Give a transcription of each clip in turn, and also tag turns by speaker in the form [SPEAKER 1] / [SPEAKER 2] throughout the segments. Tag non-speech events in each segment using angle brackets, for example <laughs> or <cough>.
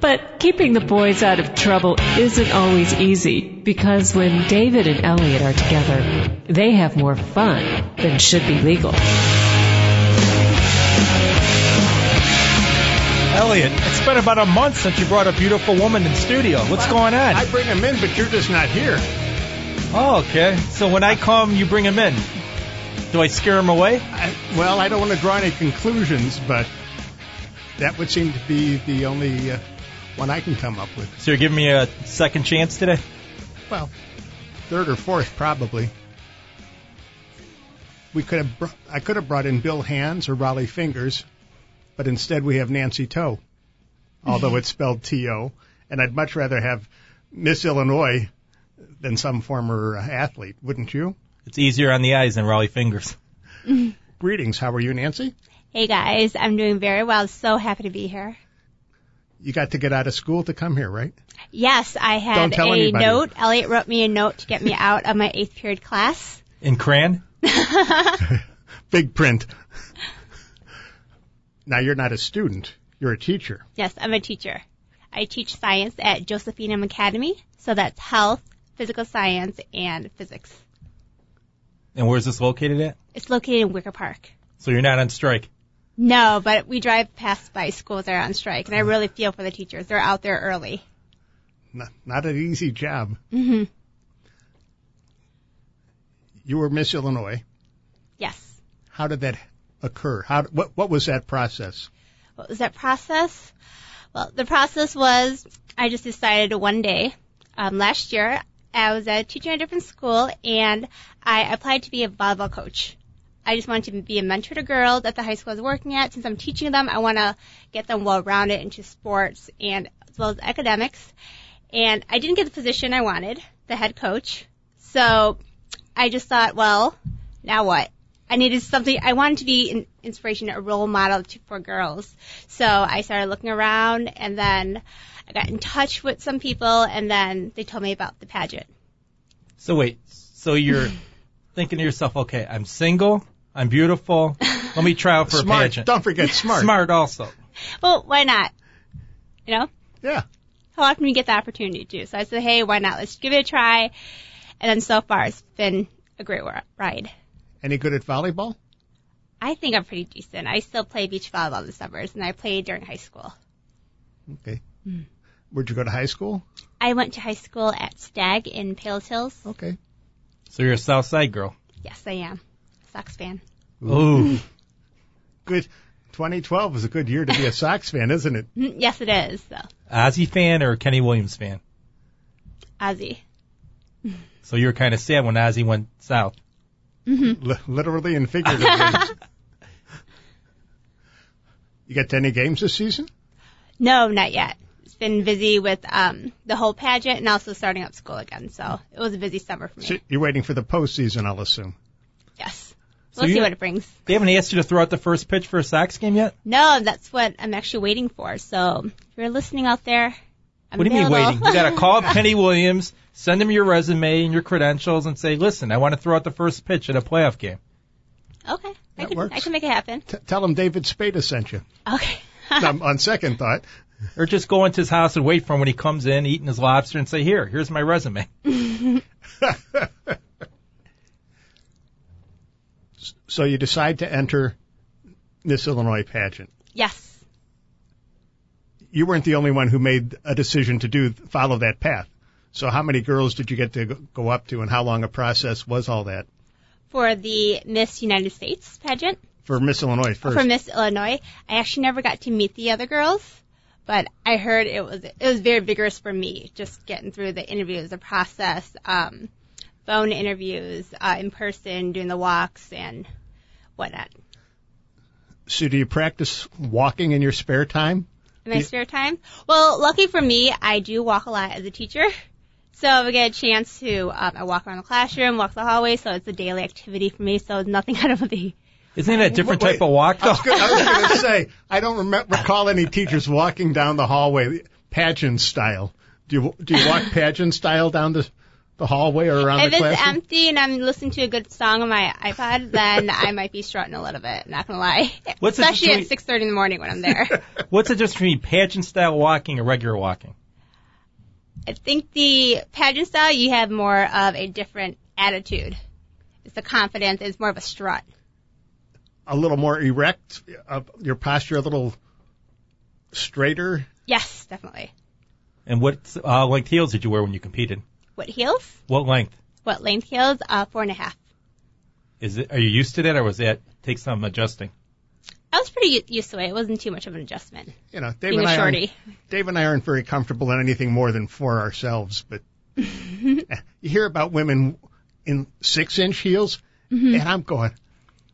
[SPEAKER 1] But keeping the boys out of trouble isn't always easy because when David and Elliot are together, they have more fun than should be legal.
[SPEAKER 2] Elliot, it's been about a month since you brought a beautiful woman in studio. What's going on?
[SPEAKER 3] I bring him in, but you're just not here.
[SPEAKER 2] Oh, okay. So when I come, you bring him in. Do I scare him away?
[SPEAKER 3] I, well, I don't want to draw any conclusions, but that would seem to be the only uh, one I can come up with.
[SPEAKER 2] So you're giving me a second chance today?
[SPEAKER 3] Well, third or fourth, probably. We could have. Br- I could have brought in Bill Hands or Raleigh Fingers, but instead we have Nancy Toe, although it's spelled T-O. And I'd much rather have Miss Illinois than some former uh, athlete, wouldn't you?
[SPEAKER 2] It's easier on the eyes than Raleigh fingers.
[SPEAKER 3] Greetings. How are you, Nancy?
[SPEAKER 4] Hey guys, I'm doing very well. So happy to be here.
[SPEAKER 3] You got to get out of school to come here, right?
[SPEAKER 4] Yes, I
[SPEAKER 3] Don't
[SPEAKER 4] had a
[SPEAKER 3] tell anybody.
[SPEAKER 4] note. Elliot wrote me a note to get me out of my eighth period class.
[SPEAKER 2] In Cran?
[SPEAKER 3] Big print. <laughs> now you're not a student. You're a teacher.
[SPEAKER 4] Yes, I'm a teacher. I teach science at Josephinum Academy. So that's health, physical science, and physics.
[SPEAKER 2] And where's this located at?
[SPEAKER 4] It's located in Wicker Park.
[SPEAKER 2] So you're not on strike.
[SPEAKER 4] No, but we drive past by schools that are on strike, and I really feel for the teachers. They're out there early.
[SPEAKER 3] Not, not an easy job. Mm-hmm. You were Miss Illinois.
[SPEAKER 4] Yes.
[SPEAKER 3] How did that occur? How what what was that process?
[SPEAKER 4] what was that process? Well, the process was I just decided one day um, last year I was a teacher at a different school and I applied to be a volleyball coach. I just wanted to be a mentor to girls at the high school I was working at. Since I'm teaching them, I want to get them well rounded into sports and as well as academics. And I didn't get the position I wanted, the head coach. So I just thought, well, now what? I needed something. I wanted to be an inspiration, a role model to, for girls. So I started looking around, and then I got in touch with some people, and then they told me about the pageant.
[SPEAKER 2] So wait, so you're
[SPEAKER 3] <laughs>
[SPEAKER 2] thinking to yourself, okay, I'm single, I'm beautiful, let me try out for
[SPEAKER 3] smart.
[SPEAKER 2] a pageant. <laughs>
[SPEAKER 3] Don't forget smart.
[SPEAKER 2] Smart also.
[SPEAKER 4] Well, why not? You know,
[SPEAKER 3] Yeah.
[SPEAKER 4] how often do you get the opportunity to? So I said, hey, why not? Let's give it a try. And then so far, it's been a great wa- ride.
[SPEAKER 3] Any good at volleyball?
[SPEAKER 4] I think I'm pretty decent. I still play beach volleyball in the summers, and I played during high school.
[SPEAKER 3] Okay. Where'd you go to high school?
[SPEAKER 4] I went to high school at Stag in Palos Hills.
[SPEAKER 3] Okay.
[SPEAKER 2] So you're a South Side girl.
[SPEAKER 4] Yes, I am. Sox fan. <laughs>
[SPEAKER 2] Ooh.
[SPEAKER 3] Good. 2012 is a good year to be a Sox fan, isn't it?
[SPEAKER 4] Mm, Yes, it is. So,
[SPEAKER 2] Ozzy fan or Kenny Williams fan?
[SPEAKER 4] Ozzy. <laughs>
[SPEAKER 2] So you were kind of sad when Ozzy went south.
[SPEAKER 3] Li- literally and
[SPEAKER 4] <laughs>
[SPEAKER 3] figuratively. you got to any games this season?
[SPEAKER 4] No, not yet. It's been busy with um, the whole pageant and also starting up school again. So it was a busy summer for me.
[SPEAKER 3] So you're waiting for the postseason, I'll assume.
[SPEAKER 4] Yes. We'll
[SPEAKER 2] you-
[SPEAKER 4] see what it brings.
[SPEAKER 2] They haven't asked you to throw out the first pitch for a Sox game yet?
[SPEAKER 4] No, that's what I'm actually waiting for. So if you're listening out there, I'm
[SPEAKER 2] What do you mean
[SPEAKER 4] available.
[SPEAKER 2] waiting? You gotta call up Kenny Williams, send him your resume and your credentials, and say, "Listen, I want to throw out the first pitch at a playoff game."
[SPEAKER 4] <laughs> okay. I
[SPEAKER 3] That
[SPEAKER 4] can,
[SPEAKER 3] works.
[SPEAKER 4] I can make it happen.
[SPEAKER 3] T- tell him David Spada sent you.
[SPEAKER 4] Okay. <laughs>
[SPEAKER 3] Um, on second thought,
[SPEAKER 2] Or just go into his house and wait for him when he comes in, eating his lobster, and say, "Here, here's my resume."
[SPEAKER 3] so you decide to enter Miss Illinois pageant.
[SPEAKER 4] yes.
[SPEAKER 3] You weren't the only one who made a decision to do follow that path. So how many girls did you get to go- go up to, and how long a process was all that
[SPEAKER 4] For the Miss United States pageant.
[SPEAKER 3] for Miss Illinois first?
[SPEAKER 4] for Miss Illinois. I actually never got to meet the other girls, but I heard it was it was very vigorous for me just getting through the interviews, the process, um, phone interviews, uh, in person, doing the walks and whatnot.
[SPEAKER 3] so do you practice walking in your spare time?
[SPEAKER 4] In my spare time, well, lucky for me, I do walk a lot as a teacher, So we get a chance to um, I walk around the classroom, walk the hallway. So it's a daily activity for me. So it's nothing <laughs> out of the
[SPEAKER 2] Isn't it a different
[SPEAKER 3] Wait.
[SPEAKER 2] type of walk though?
[SPEAKER 3] I was go- I was going <laughs> to say, I don't remem recall any teachers walking down the hallway pageant style. Do you do you walk pageant style down the the hallway or around
[SPEAKER 4] If
[SPEAKER 3] the
[SPEAKER 4] it's
[SPEAKER 3] classroom?
[SPEAKER 4] empty and I'm listening to a good song on my iPod, then I might be strutting a little bit. Not gonna lie,
[SPEAKER 2] What's the
[SPEAKER 4] especially at
[SPEAKER 2] difference
[SPEAKER 4] 6:30 in the morning when I'm there.
[SPEAKER 2] What's the difference between pageant style walking and regular walking?
[SPEAKER 4] I think the pageant style you have more of a different attitude. It's the confidence. It's more of a strut.
[SPEAKER 3] a little more erect, uh, your posture a little straighter.
[SPEAKER 4] Yes, definitely.
[SPEAKER 2] And what uh, length heels did you wear when you competed?
[SPEAKER 4] What heels?
[SPEAKER 2] What length
[SPEAKER 4] What length heels? Uh, four and a half.
[SPEAKER 2] is it? Are you used to that, or was that take some adjusting?
[SPEAKER 4] I was pretty u- used to it. It wasn't too much of an adjustment.
[SPEAKER 3] You know, Dave
[SPEAKER 4] Being
[SPEAKER 3] and
[SPEAKER 4] a
[SPEAKER 3] I um, aren't-
[SPEAKER 4] shorty.
[SPEAKER 3] Dave and I aren't very comfortable in anything more than for ourselves,
[SPEAKER 4] <laughs>
[SPEAKER 3] but you hear about women in six inch heels,
[SPEAKER 4] Mm-hmm.
[SPEAKER 3] and I'm going,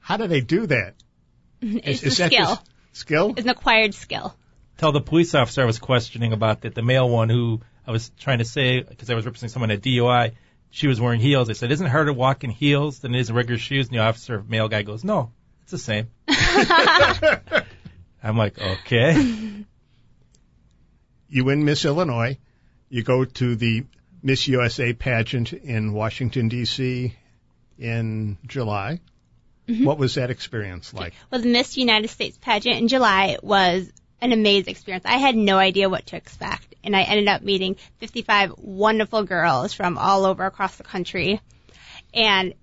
[SPEAKER 3] how do they do that?
[SPEAKER 4] <laughs>
[SPEAKER 3] Is,
[SPEAKER 4] It's a
[SPEAKER 3] is that
[SPEAKER 4] skill.
[SPEAKER 3] just skill?
[SPEAKER 4] It's an acquired skill.
[SPEAKER 2] Tell the police officer I was questioning about that the male one who I was trying to say because I was representing someone at DUI. She was wearing heels. I said, "Isn't it harder to walk in heels than it is in regular shoes?" And the officer, male guy, goes, "No, it's the same." I'm like, "Okay."
[SPEAKER 3] You win Miss Illinois, you go to the Miss USA pageant in Washington D.C. in July.
[SPEAKER 4] Mm-hmm.
[SPEAKER 3] What was that experience like?
[SPEAKER 4] Well, the Miss United States pageant in July was an amazing experience. I had no idea what to expect, and I ended up meeting 55 wonderful girls from all over across the country. And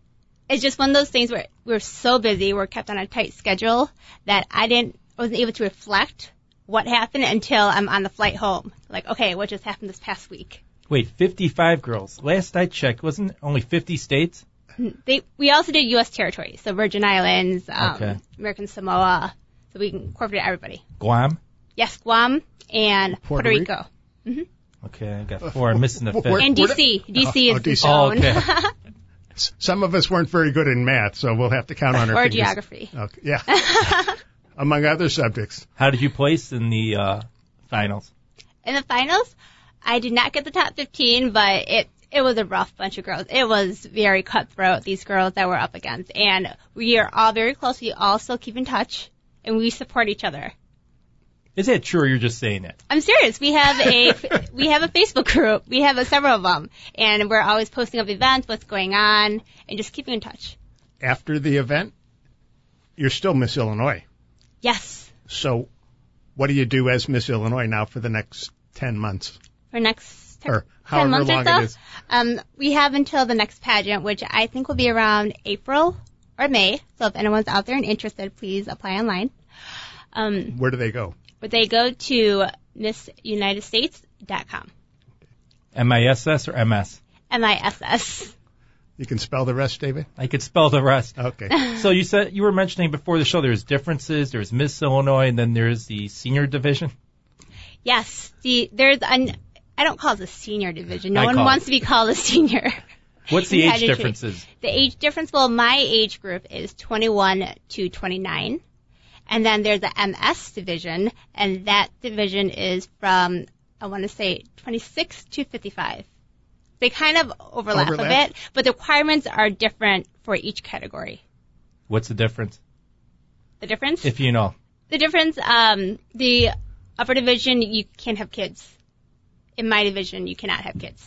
[SPEAKER 4] it's just one of those things where we're so busy, we're kept on a tight schedule that I didn't, I wasn't able to reflect what happened until I'm on the flight home. Like, okay, what just happened this past week?
[SPEAKER 2] Wait, 55 girls. Last I checked, wasn't it only 50 states?
[SPEAKER 4] They, we also did U.S. territories, so Virgin Islands, um,
[SPEAKER 2] Okay.
[SPEAKER 4] American Samoa, so we incorporated everybody.
[SPEAKER 2] Guam.
[SPEAKER 4] Yes, Guam and
[SPEAKER 3] Puerto
[SPEAKER 4] Puerto, Rico.
[SPEAKER 2] Okay, I got four. I'm missing the
[SPEAKER 3] Wh- wh-
[SPEAKER 2] fifth.
[SPEAKER 3] where-
[SPEAKER 4] And
[SPEAKER 3] Puerto-
[SPEAKER 4] DC. DC
[SPEAKER 3] Oh,
[SPEAKER 4] is the
[SPEAKER 3] DC.
[SPEAKER 2] Oh,
[SPEAKER 4] zone. <laughs>
[SPEAKER 2] okay.
[SPEAKER 3] S- Some of us weren't very good in math, so we'll have to count on our
[SPEAKER 4] or
[SPEAKER 3] fingers.
[SPEAKER 4] geography.
[SPEAKER 3] Okay, yeah. <laughs> Among other subjects.
[SPEAKER 2] <laughs> How did you place in the uh, finals?
[SPEAKER 4] In the finals, I did not get the top 15, but it it was a rough bunch of girls. It was very cutthroat, these girls that we're up against. And we are all very close. We all still keep in touch, and we support each other.
[SPEAKER 2] Is that true, or you're just saying that?
[SPEAKER 4] I'm serious. We have a we have a Facebook group. We have a, several of them, and we're always posting up events, what's going on, and just keeping in touch.
[SPEAKER 3] After the event, you're still Miss Illinois.
[SPEAKER 4] Yes.
[SPEAKER 3] So, what do you do as Miss Illinois now for the next 10 months?
[SPEAKER 4] for next ter-
[SPEAKER 3] Or
[SPEAKER 4] ten
[SPEAKER 3] however
[SPEAKER 4] months or
[SPEAKER 3] long
[SPEAKER 4] so.
[SPEAKER 3] it is.
[SPEAKER 4] Um, we have until the next pageant, which I think will be around April or May. So if anyone's out there and interested, please apply online. Um,
[SPEAKER 3] Where do they go?
[SPEAKER 4] but they go to MissUnitedStates.com.
[SPEAKER 2] MISS or MS?
[SPEAKER 4] M-I-S-S.
[SPEAKER 3] You can spell the rest, David?
[SPEAKER 2] I could spell the rest.
[SPEAKER 4] <laughs>
[SPEAKER 3] Okay.
[SPEAKER 2] So you said you were mentioning before the show there's differences. There's Miss Illinois, and then there's the senior division.
[SPEAKER 4] Yes. The, there's an, I don't call it the senior division. No
[SPEAKER 2] I
[SPEAKER 4] one
[SPEAKER 2] call it-
[SPEAKER 4] wants to be called a senior. <laughs>
[SPEAKER 2] What's the
[SPEAKER 4] Yeah,
[SPEAKER 2] age
[SPEAKER 4] I did too.
[SPEAKER 2] differences?
[SPEAKER 4] The age difference, well, my age group is 21 to 29. And then there's the MS division, and that division is from, I want to say, 26 to 55. They kind of overlap, a
[SPEAKER 3] Overlap.
[SPEAKER 4] bit, but the requirements are different for each category.
[SPEAKER 2] What's the difference?
[SPEAKER 4] The difference?
[SPEAKER 2] If you know,
[SPEAKER 4] the difference, um, the upper division, you can have kids. In my division, you cannot have kids.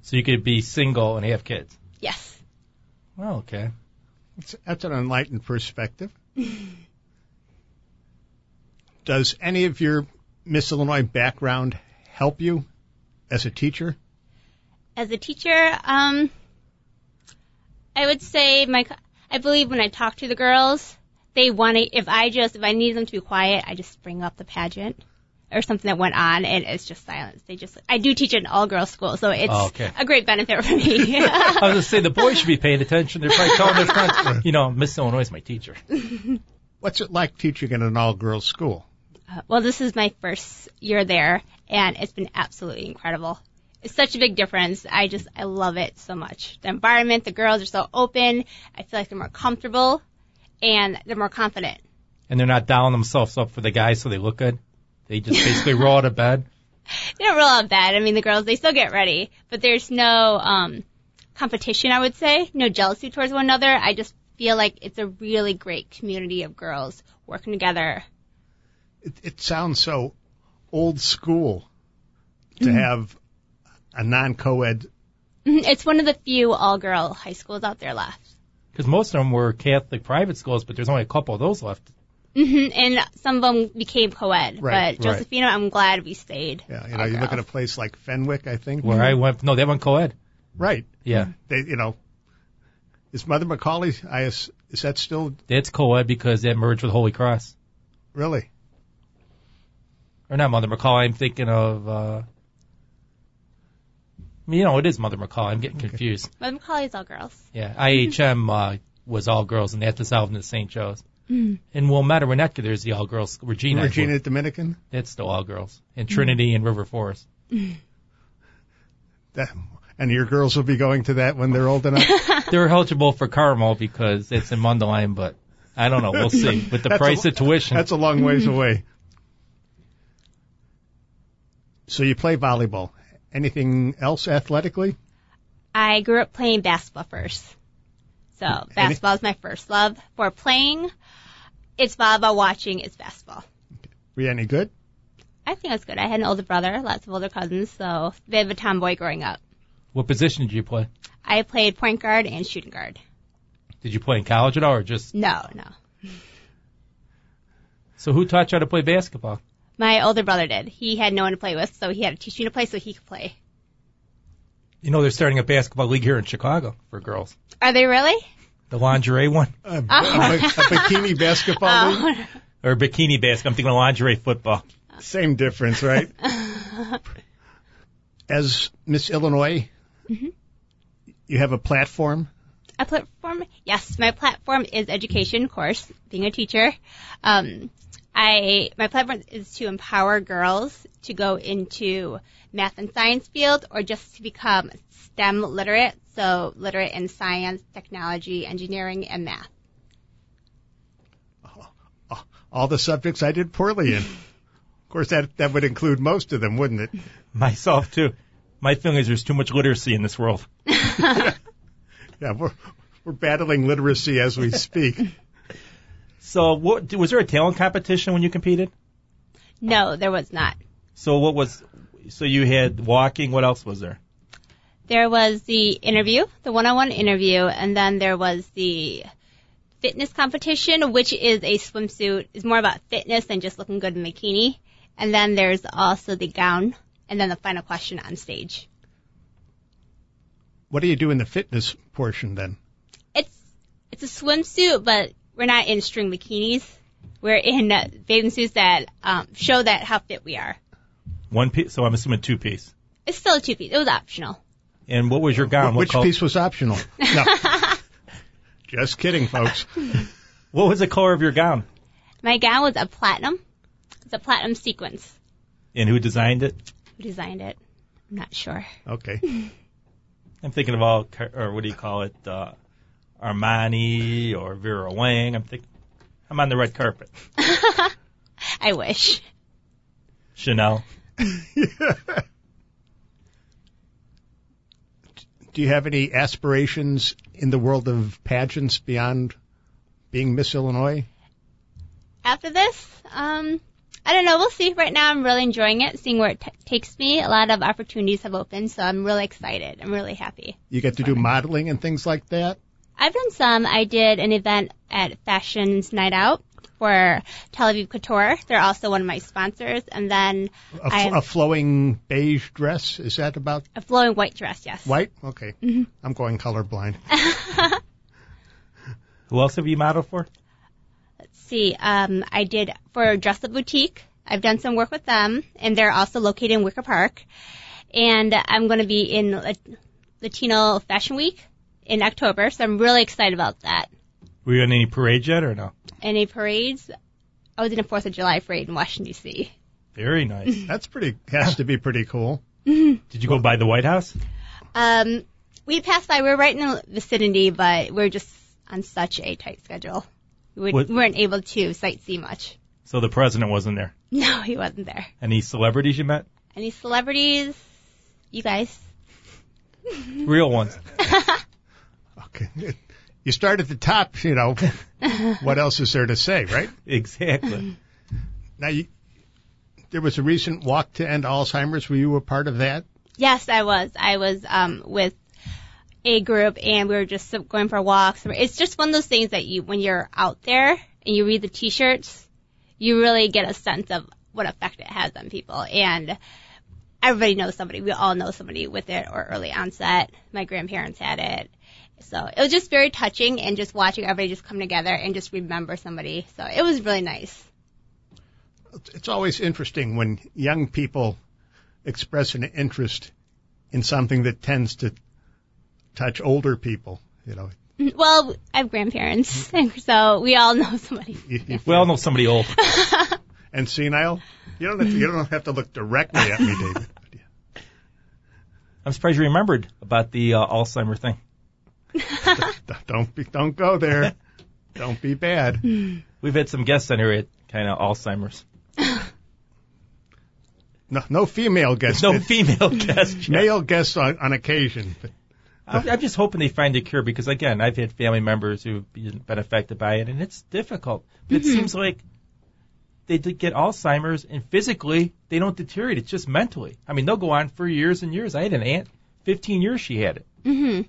[SPEAKER 2] so you could be single and have kids.
[SPEAKER 4] Yes.
[SPEAKER 2] Well, okay.
[SPEAKER 3] That's- That's an enlightened
[SPEAKER 4] <laughs>
[SPEAKER 3] perspective. Does any of your Miss Illinois background help you as a teacher?
[SPEAKER 4] as a teacher, um, I would say my, I believe when I talk to the girls, they want to, if I just, if I need them to be quiet, I just bring up the pageant or something that went on and it's just silence. They just, I do teach at an all girls school, so it's
[SPEAKER 2] Oh, okay.
[SPEAKER 4] a great benefit for me. <laughs>
[SPEAKER 2] I was gonna say the boys should be paying attention. They're probably telling their friends, you know, Miss Illinois is my teacher.
[SPEAKER 3] What's it like teaching in an all girls school?
[SPEAKER 4] well, this is my first year there and it's been absolutely incredible. It's such a big difference. I just, I love it so much. The environment, the girls are so open. I feel like they're more comfortable and they're more confident.
[SPEAKER 2] And they're not dialing themselves up for the guys, so they look good. They just basically roll out of bed.
[SPEAKER 4] they don't roll out bad. I mean, the girls, they still get ready, but there's no um, competition, I would say, no jealousy towards one another. I just feel like it's a really great community of girls working together.
[SPEAKER 3] It, it sounds so old school to have a non-co-ed.
[SPEAKER 4] Mm-hmm. It's one of the few all girl high schools out there left.
[SPEAKER 2] Because most of them were Catholic private schools, but there's only a couple of those left.
[SPEAKER 4] hmm And some of them became co ed,
[SPEAKER 3] Right,
[SPEAKER 4] but Josephina, I'm glad we stayed.
[SPEAKER 3] Yeah, you know, you look at a place like Fenwick, I think.
[SPEAKER 2] Where I went, no, they went co-ed.
[SPEAKER 3] Right.
[SPEAKER 2] Yeah,
[SPEAKER 3] They, you know, is Mother Macaulay? I is, is that still
[SPEAKER 2] that's co-ed because that merged with Holy Cross,
[SPEAKER 3] really?
[SPEAKER 2] or not Mother McCall. I'm thinking of, uh, you know, it is Mother McCall. I'm getting confused.
[SPEAKER 4] But Macaulay's all girls.
[SPEAKER 2] Yeah, IHM uh, was all girls, and they had to solve into St. Joe's. In Wilmette, Winnetka, there's the all girls. Regina,
[SPEAKER 3] Regina Dominican.
[SPEAKER 2] that's still all girls. And Trinity and River Forest.
[SPEAKER 3] That, and your girls will be going to that when they're old enough.
[SPEAKER 2] They're eligible for Carmel because it's in Mundelein, but I don't know. We'll see. With the
[SPEAKER 3] That's a-
[SPEAKER 2] price of tuition,
[SPEAKER 3] That's a long ways away. So you play volleyball. Anything else athletically?
[SPEAKER 4] I grew up playing basketball first. So basketball is my first love for playing. It's volleyball watching, it's basketball.
[SPEAKER 3] Were you any good?
[SPEAKER 4] I think that's good. I had an older brother, lots of older cousins, so bit of a tomboy growing up.
[SPEAKER 2] what position did you play?
[SPEAKER 4] I played point guard and shooting guard.
[SPEAKER 2] Did you play in college at all, or just?
[SPEAKER 4] No, no.
[SPEAKER 2] So who taught you how to play basketball?
[SPEAKER 4] My older brother did. He had no one to play with, so he had to teach me to play so he could play.
[SPEAKER 2] You know, they're starting a basketball league here in Chicago for girls.
[SPEAKER 4] Are they really?
[SPEAKER 2] The lingerie one
[SPEAKER 3] A, a, bi- a bikini basketball league?
[SPEAKER 2] or bikini basketball? I'm thinking of lingerie football. <laughs>
[SPEAKER 3] Same difference, right? As Miss Illinois, you have a platform.
[SPEAKER 4] a platform. Yes, my platform is education, of course, being a teacher. Um, I my platform is to empower girls to go into math and science field or just to become STEM literate, so literate in science, technology, engineering, and math.
[SPEAKER 3] All the subjects I did poorly in. Of course, that that would include most of them, wouldn't it?
[SPEAKER 2] Myself too. My feeling is there's too much literacy in this world.
[SPEAKER 3] Yeah, we're we're battling literacy as we speak.
[SPEAKER 2] So what was there a talent competition when you competed?
[SPEAKER 4] No, there was not.
[SPEAKER 2] So what was so you had walking, what else was there?
[SPEAKER 4] There was the interview, the one-on-one interview, and then there was the fitness competition, which is a swimsuit, is more about fitness than just looking good in a bikini. And then there's also the gown, and then the final question on stage.
[SPEAKER 3] What do you do in the fitness portion then?
[SPEAKER 4] It's it's a swimsuit, but we're not in string bikinis. We're in uh, bathing suits that um, show that how fit we are.
[SPEAKER 2] One piece so I'm assuming two piece.
[SPEAKER 4] It's still a two-piece. It was optional.
[SPEAKER 2] And what was your gown?
[SPEAKER 3] Which
[SPEAKER 2] what, col-
[SPEAKER 3] piece was optional? No. Just kidding, folks.
[SPEAKER 2] what was the color of your gown?
[SPEAKER 4] My gown was a platinum. It's a platinum sequence.
[SPEAKER 2] And who designed it?
[SPEAKER 4] Who designed it? I'm not sure.
[SPEAKER 3] Okay.
[SPEAKER 2] I'm thinking of all car- or what do you call it? Uh, Armani or Vera Wang. I'm think I'm on the red carpet.
[SPEAKER 4] I wish.
[SPEAKER 2] Chanel.
[SPEAKER 3] <laughs> Do you have any aspirations in the world of pageants beyond being Miss Illinois?
[SPEAKER 4] after this. Um, I don't know. We'll see. Right now, I'm really enjoying it, seeing where it t- takes me. A lot of opportunities have opened, so I'm really excited. I'm really happy.
[SPEAKER 3] You get to do modeling and things like that?
[SPEAKER 4] I've done some. I did an event at Fashion's Night Out for Tel Aviv Couture. They're also one of my sponsors. And then
[SPEAKER 3] A fl-
[SPEAKER 4] I am-
[SPEAKER 3] a flowing beige dress? Is that about
[SPEAKER 4] a flowing white dress, yes.
[SPEAKER 3] white? Okay. I'm going colorblind.
[SPEAKER 2] Who else have you modeled for?
[SPEAKER 4] Let's see. Um, I did for Dress Up Boutique. I've done some work with them, and they're also located in Wicker Park. And I'm going to be in Lat- Latino Fashion Week in October, so I'm really excited about that.
[SPEAKER 2] Were you in any parade yet or no?
[SPEAKER 4] And a parades. I was in a Fourth of July parade in Washington D.C.
[SPEAKER 2] Very <laughs> nice.
[SPEAKER 3] That's pretty, has to be pretty cool.
[SPEAKER 2] Did you go by the White House?
[SPEAKER 4] Um, we passed by. We were right in the vicinity, but we're just on such a tight schedule. We
[SPEAKER 2] What-
[SPEAKER 4] would, weren't able to sightsee much. <laughs>
[SPEAKER 2] So the president wasn't there.
[SPEAKER 4] No, he wasn't there.
[SPEAKER 2] Any celebrities you met?
[SPEAKER 4] Any celebrities? You guys?
[SPEAKER 2] Real ones.
[SPEAKER 3] Okay. <laughs> You start at the top, you know. what else is there to say, right?
[SPEAKER 2] Exactly.
[SPEAKER 3] Now, you, there was a recent walk to end Alzheimer's. Were you a part of that?
[SPEAKER 4] Yes, I was. I was um, with a group, and we were just going for walks. It's just one of those things that you, when you're out there and you read the T-shirts, you really get a sense of what effect it has on people. And everybody knows somebody. We all know somebody with it or early onset. My grandparents had it. So it was just very touching and just watching everybody just come together and just remember somebody. So it was really nice.
[SPEAKER 3] It's always interesting when young people express an interest in something that tends to touch older people. You know,
[SPEAKER 4] Well, I have grandparents, <laughs> so we all know somebody.
[SPEAKER 3] You- you-
[SPEAKER 2] We all know somebody old.
[SPEAKER 3] E, and senile. You don't have to, you don't have to look directly at me, David.
[SPEAKER 2] <laughs> I'm surprised you remembered about the uh, Alzheimer thing.
[SPEAKER 3] Don't be, don't go there. Don't be bad.
[SPEAKER 2] We've had some guests on here at kind of Alzheimer's.
[SPEAKER 3] No, no female guests.
[SPEAKER 2] No
[SPEAKER 3] <laughs> It's
[SPEAKER 2] female
[SPEAKER 3] <laughs>
[SPEAKER 2] guests. yet.
[SPEAKER 3] male guests on, on occasion. But
[SPEAKER 2] I'm, I'm just hoping they find a cure because again, I've had family members who've been been affected by it, and it's difficult. But it seems like they did get Alzheimer's, and physically they don't deteriorate. It's just mentally. I mean, they'll go on for years and years. I had an aunt, 15 years she had it.
[SPEAKER 4] hmm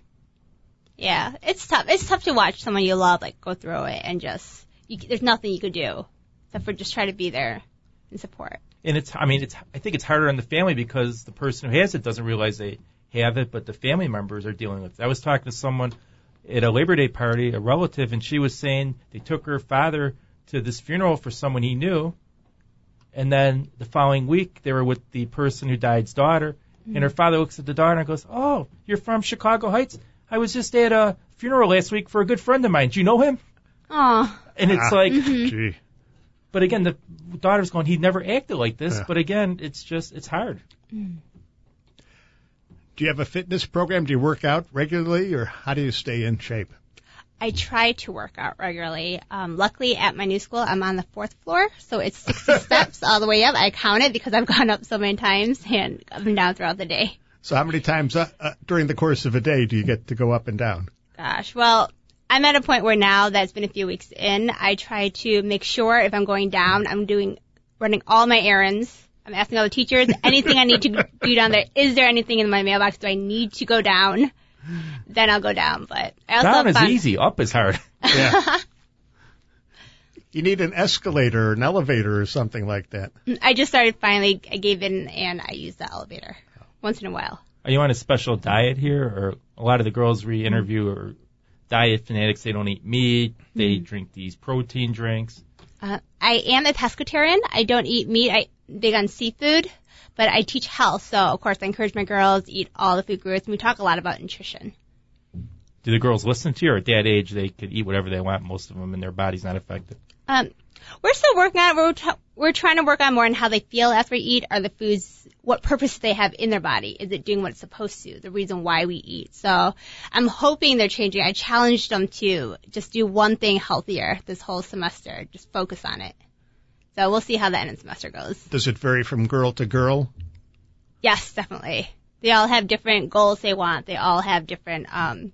[SPEAKER 4] Yeah, it's tough. It's tough to watch someone you love like go through it and just you, c- there's nothing you could do except for just try to be there and support.
[SPEAKER 2] and it's I mean it's I think it's harder on the family because the person who has it doesn't realize they have it, but the family members are dealing with it. I was talking to someone at a Labor Day party, a relative, and she was saying they took her father to this funeral for someone he knew, and then the following week they were with the person who died's daughter, and her father looks at the daughter and goes, "Oh, you're from Chicago Heights? I was just at a funeral last week for a good friend of mine. Do you know him?"
[SPEAKER 4] Oh,
[SPEAKER 2] And it's
[SPEAKER 3] Ah.
[SPEAKER 2] like Mm-hmm.
[SPEAKER 3] gee,
[SPEAKER 2] but again, the daughter's going, he never acted like this.
[SPEAKER 3] Yeah.
[SPEAKER 2] But again, it's just, it's hard.
[SPEAKER 3] do you have a fitness program? Do you work out regularly, or how do you stay in shape?
[SPEAKER 4] I try to work out regularly. Um, luckily, at my new school, I'm on the fourth floor, so it's 60 steps all the way up. I count it because I've gone up so many times and up and down throughout the day.
[SPEAKER 3] So how many times uh, uh, during the course of a day do you get to go up and down?
[SPEAKER 4] Gosh, well, I'm at a point where now that's been a few weeks in, I try to make sure if I'm going down, I'm doing running all my errands. I'm asking all the teachers anything I need to <laughs> do down there. Is there anything in my mailbox? Do I need to go down? Then I'll go down. But I also
[SPEAKER 2] Down
[SPEAKER 4] have
[SPEAKER 2] is
[SPEAKER 4] fun.
[SPEAKER 2] easy, up is hard. <laughs>
[SPEAKER 3] Yeah. <laughs> you need an escalator or an elevator or something like that.
[SPEAKER 4] I just started finally. I gave in and I use the elevator once in a while.
[SPEAKER 2] Are you on a special diet here? Or a lot of the girls we interview are diet fanatics. They don't eat meat. They drink these protein drinks.
[SPEAKER 4] Uh, I am a pescatarian. I don't eat meat. I big on seafood, but I teach health. So of course I encourage my girls to eat all the food groups. And we talk a lot about nutrition.
[SPEAKER 2] Do the girls listen to you? Or at that age, they could eat whatever they want, most of them, and their body's not affected.
[SPEAKER 4] Um, we're still working on it. We're, t- we're trying to work on more on how they feel after we eat. Are the foods, what purpose they have in their body? Is it doing what it's supposed to? The reason why we eat. So I'm hoping they're changing. I challenged them to just do one thing healthier this whole semester. Just focus on it. So we'll see how the end of the semester goes.
[SPEAKER 3] Does it vary from girl to girl?
[SPEAKER 4] Yes, definitely. They all have different goals they want. They all have different, um,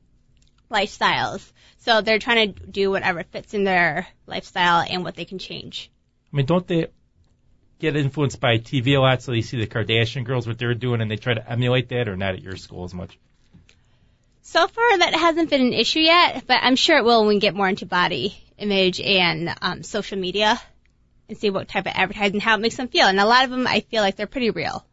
[SPEAKER 4] lifestyles. So they're trying to do whatever fits in their lifestyle and what they can change.
[SPEAKER 2] I mean, don't they get influenced by TV a lot? So they see the Kardashian girls, what they're doing, and they try to emulate that, or not at your school as much?
[SPEAKER 4] So far, that hasn't been an issue yet, but I'm sure it will when we get more into body image and um, social media and see what type of advertising, how it makes them feel. And a lot of them, I feel like they're pretty real.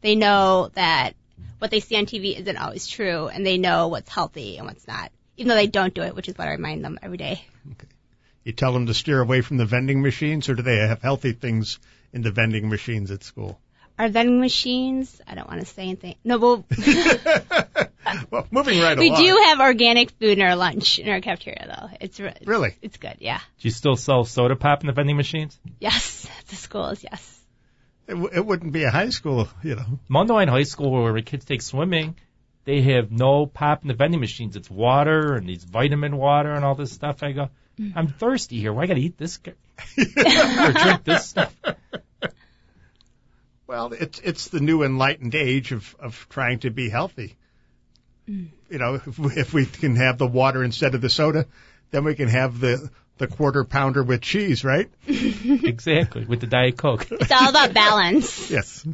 [SPEAKER 4] They know that what they see on TV isn't always true, and they know what's healthy and what's not, even though they don't do it, which is what I remind them every day.
[SPEAKER 3] You tell them to steer away from the vending machines, or do they have healthy things in the vending machines at school?
[SPEAKER 4] Our vending machines, I don't want to say anything. No, but
[SPEAKER 3] Well, moving right
[SPEAKER 4] we
[SPEAKER 3] along.
[SPEAKER 4] do have organic food in our lunch, in our cafeteria, though. It's re-
[SPEAKER 3] Really?
[SPEAKER 4] It's good, yeah.
[SPEAKER 2] Do you still sell soda pop in the vending machines?
[SPEAKER 4] Yes, <laughs> the schools, yes.
[SPEAKER 3] It, w- it wouldn't be a high school, you know.
[SPEAKER 2] Mundelein High School, where the kids take swimming, they have no pop in the vending machines. It's water and these vitamin water and all this stuff. I go, I'm thirsty here. Why I gotta eat this g- or drink this stuff?
[SPEAKER 3] Well, it's it's the new enlightened age of of trying to be healthy. You know, if we, if we can have the water instead of the soda, then we can have the the quarter pounder with cheese, right?
[SPEAKER 2] exactly with the diet coke.
[SPEAKER 4] It's all about
[SPEAKER 3] <laughs>
[SPEAKER 4] balance.
[SPEAKER 3] Yes.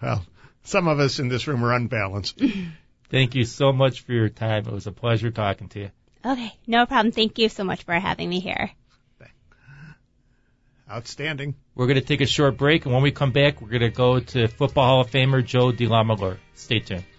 [SPEAKER 3] Well, some of us in this room are unbalanced.
[SPEAKER 2] Thank you so much for your time. It was a pleasure talking to you.
[SPEAKER 4] Okay, no problem. Thank you so much for having me here.
[SPEAKER 3] Outstanding.
[SPEAKER 2] We're going to take a short break, and when we come back, we're going to go to Football Hall of Famer Joe DeLamalure. Stay tuned.